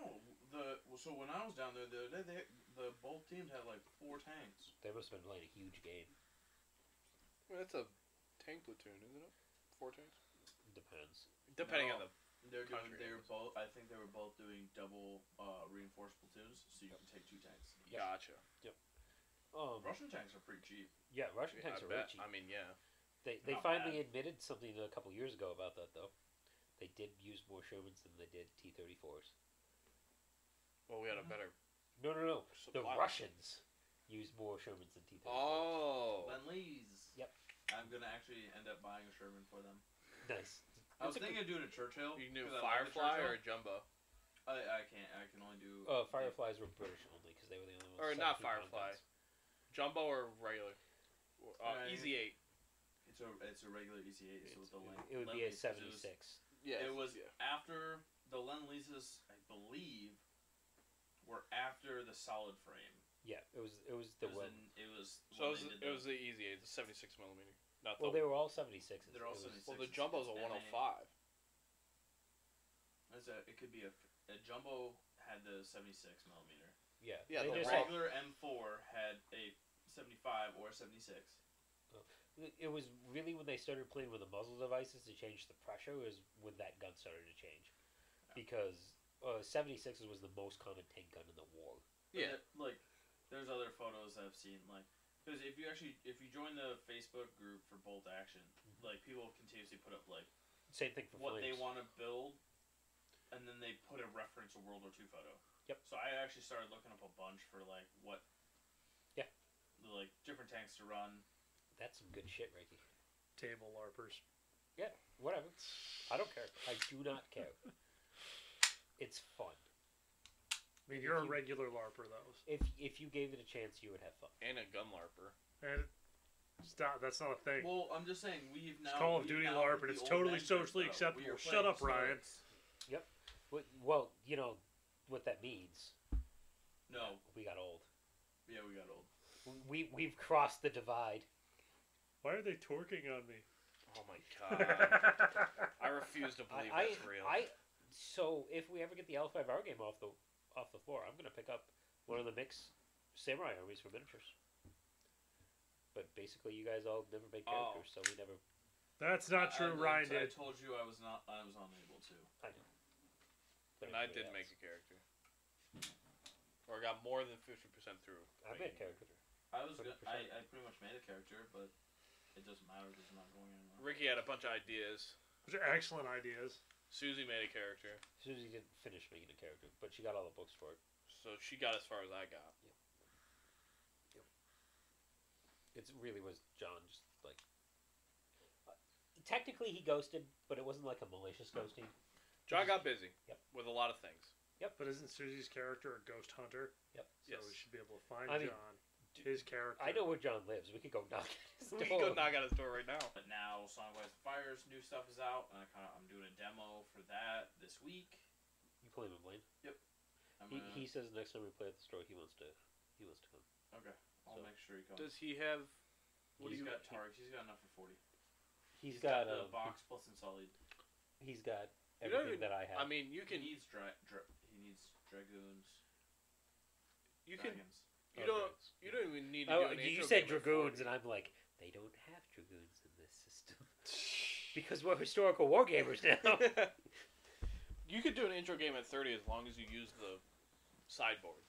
The so when I was down there the other day, they, the both teams had like four tanks. They must have been playing a huge game. Well, that's a tank platoon, isn't it? Four tanks. Depends. Depending No. on the They're doing. Country They were both. I think they were both doing double uh, reinforced platoons, so you can take two tanks. Yep. gotcha. Um, Russian tanks are pretty cheap. yeah, Russian tanks are I bet. really cheap. I mean, yeah. They they Not finally admitted something a couple years ago about that though. They did use more Shermans than they did T thirty fours. Well, we had a better. No, no, no. The supply. Russians used more Shermans than T thirty fours. Oh. Lend-Lease. Yep. I'm gonna actually end up buying a Sherman for them. Oh. Nice. I was That's a thinking of doing a Churchill. You can do 'cause I like the Firefly or Churchill. a Jumbo. I, I can't. I can only do. Uh, Fireflies were British only because they were the only ones. Or not 17 pound Firefly. guns. Jumbo or regular? Or, Uh, Uh, Easy 8. It's a it's a regular EC8. So with the It's- Len- it would be a Lend-Lease, 'cause it was- seventy-six. Yeah. It was after the lend leases, I believe, were after the solid frame. Yeah, it was. It was It the was, well. in- it was So it when was, they did it was the- the Easy 8, the 76 millimeter. Not Well, the, they were all seventy-sixes. They're all It was- 76. well, the sixes, Jumbo's a and they- 105. that's a, it could be a, a jumbo had the 76 millimeter. Yeah. Yeah, they the The just- wall- regular M4 had a 75 or 76. it- it was really when they started playing with the muzzle devices to change the pressure was when that gun started to change, because uh, seventy-sixes was the most common tank gun in the war. But Yeah. that- like, there's other photos I've seen. Like, because if you actually if you join the Facebook group for Bolt Action, Mhm. like people continuously put up like Same thing for what flames. they want to build, and then they put a reference to World War II photo. Yep. So I actually started looking up a bunch for like what. Yeah. Like different tanks to run. That's some good shit, Ricky. Table larpers. Whatever. I don't care. I do not care. it's fun. I mean, If you're a you- regular larper, though. If if you gave it a chance, you would have fun. And a gun larper. And stop. That's not a thing. Well, I'm just saying we've now Call of we've Duty now LARP, and with it's the old totally measures, socially though. acceptable. We are Shut playing up, Ryan. Stoics. Well, well, you know what that means. No, We got old. yeah, we got old. We we've crossed the divide. Why are they torquing on me? Oh my god. I refuse to I, believe I, that's real. I so if we ever get the L five R game off the off the floor, I'm gonna pick up one of the mix samurai armies for miniatures. But basically, you guys all never made Oh. characters, so we never. That's not true. I- I- Ryan I did. told you I was not. I was unable to. I know. and I did make a character. Or got more than 50% through. I made a character. I was. Hundred Go- I, percent. I pretty much made a character, but it doesn't matter because I'm not going anywhere. Ricky had a bunch of ideas. Those are excellent ideas. Susie made a character. Susie didn't finish making a character, but she got all the books for it. So she got as far as I got. It really was John just like. uh, Technically, he ghosted, but it wasn't like a malicious ghosting. John got busy Yep. with a lot of things. But isn't Susie's character a ghost hunter? Yep. So Yes. we should be able to find I mean, John. d- His character. I know where John lives. We could go knock at his We can go door. knock out his door right now. But now, Songwise Fires new stuff is out, and I kind of I'm doing a demo for that this week. You play him, Blaine. I'm He, gonna- he says next time we play at the store, he wants to he wants to come. okay. I'll so- make sure he comes. Does he have? What do he's uh, you got targets. He's got enough for forty. he's got, the um, box plus insolid. He's got You don't everything even- that I have. I mean, you He can needs dra- dra- He needs dragoons. you can dragons. you Oh, don't great. you don't even need to Oh, do an you you intro said game at dragoons, 40. and I'm like, they don't have dragoons in this system because we're historical war gamers now. you could do an intro game at thirty as long as you use the sideboard.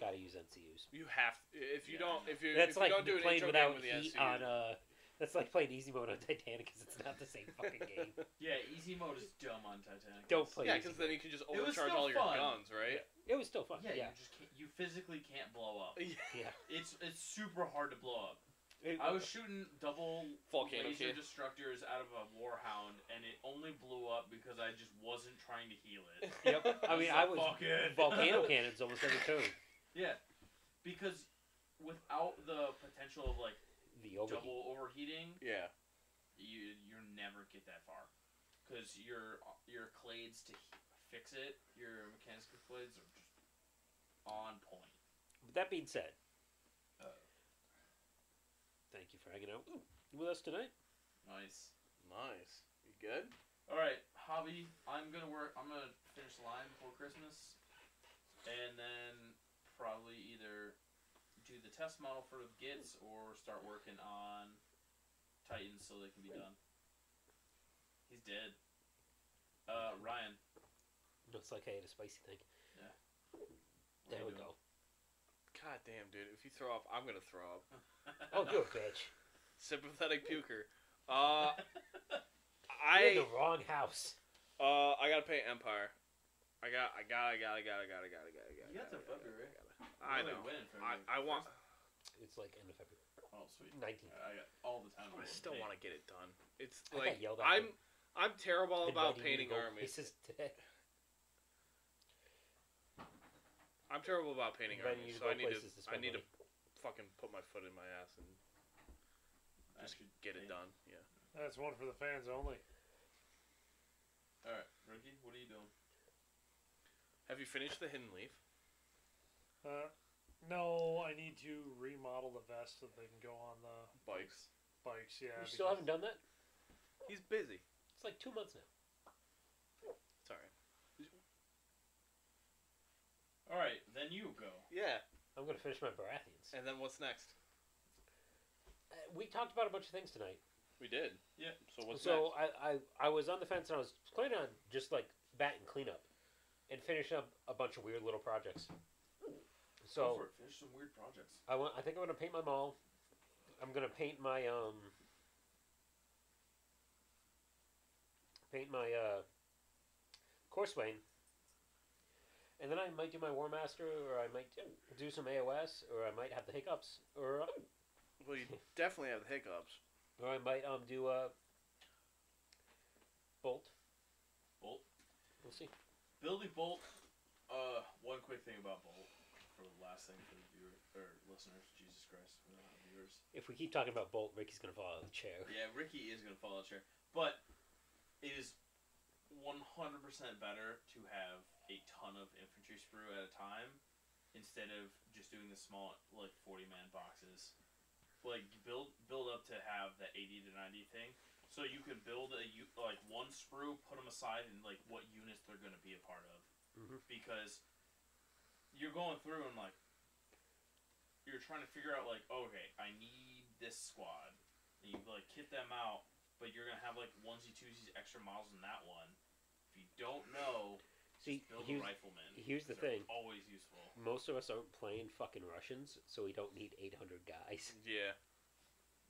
Gotta use NCUs. You have if you Yeah, don't I know. if you That's if like you don't do an playing intro without game with heat the SCU, on uh. That's like playing easy mode on Titanic because it's not the same fucking game. Yeah, easy mode is dumb on Titanic. Don't play yeah, easy. because then you can just was overcharge still all your fun. guns, right? It was still fun. Yeah, Yeah, you just can't, you physically can't blow up. Yeah. yeah. It's it's super hard to blow up. It- I was shooting double Volcano laser Kid. destructors out of a warhound, and it only blew up because I just wasn't trying to heal it. Yep. I mean, I was Fuck it. volcano cannons almost every turn. Yeah, because without the potential of like The overheat. double overheating, Yeah. you you never get that far, because your your clades to he- fix it, your mechanical clades are just on point. But that being said, Uh, thank you for hanging out with us tonight. nice. Nice. You good? All right, hobby. I'm gonna work. I'm gonna finish the line before Christmas, and then probably either do the test model for the gits or start working on Titans so they can be done. He's dead. Uh, Ryan. It's like I had a spicy thing. what There you we doing? go. God damn, dude. If you throw up, I'm gonna throw up. Oh, you're a bitch. Sympathetic puker. Uh, You're in I the wrong house. uh, I gotta pay Empire. I got, I got, I got, I got, I got, I got, I got, I got. You got to February. I Really know. winning I, February. I want. It's like end of February. Oh sweet. 19. Uh, I got all the time. in the I world. still want to get it done. It's I got like yelled at I'm, for I'm terrible Inviting about me painting to go armies. Places today. I'm terrible about painting Inviting you to armies, so go I need to, places to spend I need to money. fucking put my foot in my ass and just Actually, get it yeah. done. Yeah. That's one for the fans only. All right, Ricky. What are you doing? Have you finished the hidden leaf? Uh, no, I need to remodel the vest so they can go on the Bikes. bikes. Yeah, You still haven't done that? He's busy. It's like two months now. It's alright. All right, then you go. Yeah. I'm going to finish my Baratheons. And then what's next? Uh, we talked about a bunch of things tonight. We did. Yeah. So what's so I, I, I was on the fence and I was planning on just like bat and cleanup and finish up a bunch of weird little projects. Go So for it. Finish some weird projects. I want. I think I'm gonna paint my mall. I'm gonna paint my um. Paint my uh. Courseway. And then I might do my War Master, or I might do some AOS, or I might have the hiccups, or next? Well, you definitely have the hiccups. or I might um do uh. Bolt. Bolt. We'll see. Building Bolt. Uh, one quick thing about Bolt for the last thing for the viewer or listeners. Jesus Christ, we're not viewers. If we keep talking about Bolt, Ricky's gonna fall out of the chair. Yeah, Ricky is gonna fall out of chair, but it is one hundred percent better to have a ton of infantry sprue at a time instead of just doing the small like forty man boxes. Like you build build up to have the eighty to ninety thing, so you can build a u- like one sprue, put them aside, and like what units they're gonna be a part of, Mhm. because you're going through and like you're trying to figure out like okay, I need this squad and you like kit them out, but you're gonna have like onesie twosies extra miles in that one. If you don't know, See, just build a here's, rifleman. here's the 'cause they're thing. Always useful. most of us aren't playing fucking Russians, so we don't need 800 guys. Yeah.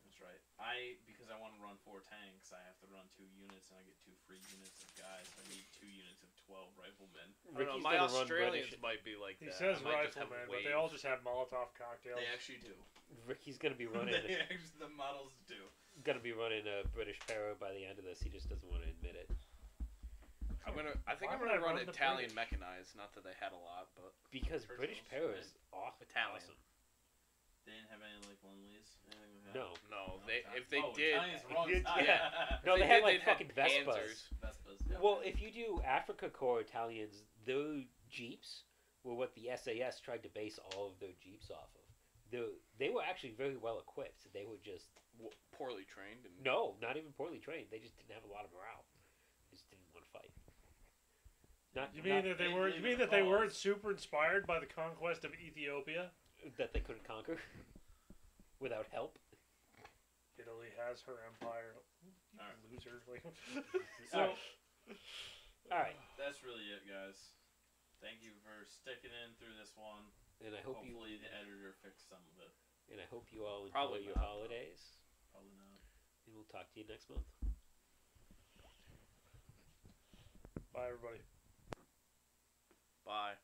That's right. I because I want to run four tanks, I have to run two units, and I get two free units of guys. I need two units of twelve riflemen. I don't know, Ricky's my gonna run Australians British- might be like He that. says I might just have rifleman, a but they wave. all just have Molotov cocktails. They actually do. Ricky's gonna be running they actually, the models do. gonna be running a British para by the end of this. He just doesn't want to admit it I'm gonna. I think Why I'm would gonna I run, run the Italian mechanized. Not that they had a lot, but because Turtles, British para is off Italian. Awesome. They didn't have any like Lumleys. anything like that? No, No, no, they Italian- if they oh, did, Italian's wrong Yeah. side. No, they if had, did, like, they'd fucking Vespas. Panzers. Vespas, yeah. well, if you do Africa Corps Italians, their jeeps were what the SAS tried to base all of their jeeps off of. The, they were actually very well equipped. They were just W- poorly trained and no, not even poorly trained. They just didn't have a lot of morale. They just didn't want to fight. Not You not mean that they they were? You believe in mean the that they weren't cause. super inspired by the conquest of Ethiopia? that they couldn't conquer without help. Italy has her empire. Alright. Loser. Like, So- All right, That's really it, guys. Thank you for sticking in through this one. and I hope Oh. you Hopefully, the editor fixed some of it. and I hope you all enjoy Probably your not. holidays. Probably not. And we'll talk to you next month. Bye, everybody. Bye.